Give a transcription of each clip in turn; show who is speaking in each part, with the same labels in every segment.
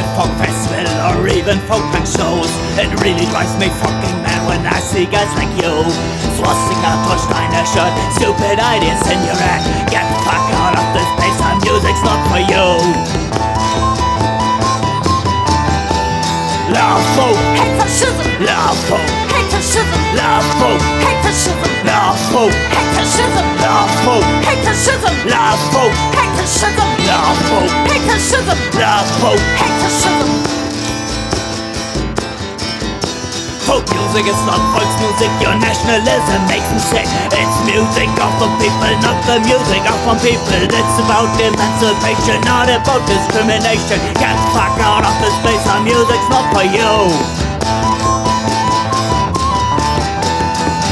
Speaker 1: festival or even folk punk shows. It really drives me fucking mad when I see guys like you flossing up on Steiner shirt. Stupid ideas in your head. Get the fuck out of this place. Our music's not for you. Love folk,
Speaker 2: Hatershism,
Speaker 1: love folk,
Speaker 2: hatershism,
Speaker 1: love folk,
Speaker 2: hatershism,
Speaker 1: love folk,
Speaker 2: hatershism,
Speaker 1: love folk,
Speaker 2: hatershism,
Speaker 1: love folk,
Speaker 2: hatershism,
Speaker 1: love folk,
Speaker 2: hatershism,
Speaker 1: love folk.
Speaker 2: hatershism.
Speaker 1: Folk music is not folks music, your nationalism makes me sick. It's music of the people, not the music of some people. It's about emancipation, not about discrimination. Get the fuck out of this place, our music's not for you.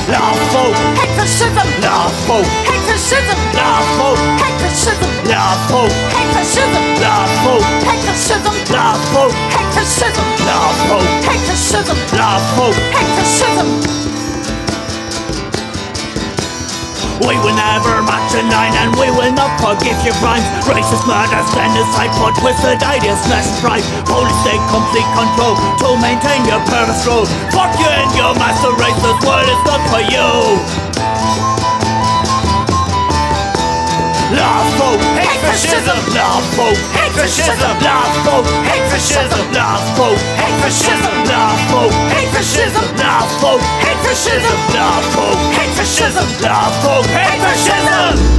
Speaker 1: Love folk,
Speaker 2: Hatershism,
Speaker 1: love folk,
Speaker 2: hatershism,
Speaker 1: love folk,
Speaker 2: hatershism,
Speaker 1: love folk,
Speaker 2: hatershism,
Speaker 1: love folk,
Speaker 2: hatershism,
Speaker 1: love folk,
Speaker 2: hatershism,
Speaker 1: love folk,
Speaker 2: hatershism,
Speaker 1: love folk.
Speaker 2: hatershism.
Speaker 1: We will never match a line and we will not forgive your crimes Racist murder, genocide for twisted ideas, smash pride Police take complete control to maintain your purpose role Fuck you and your master race, this world is not for you Love folk, hate fascism, love folk, hate fascism, love folk, hate fascism, love folk, hate fascism, love folk, hate fascism, love folk, hate fascism, love folk, hate fascism, love folk, hate fascism.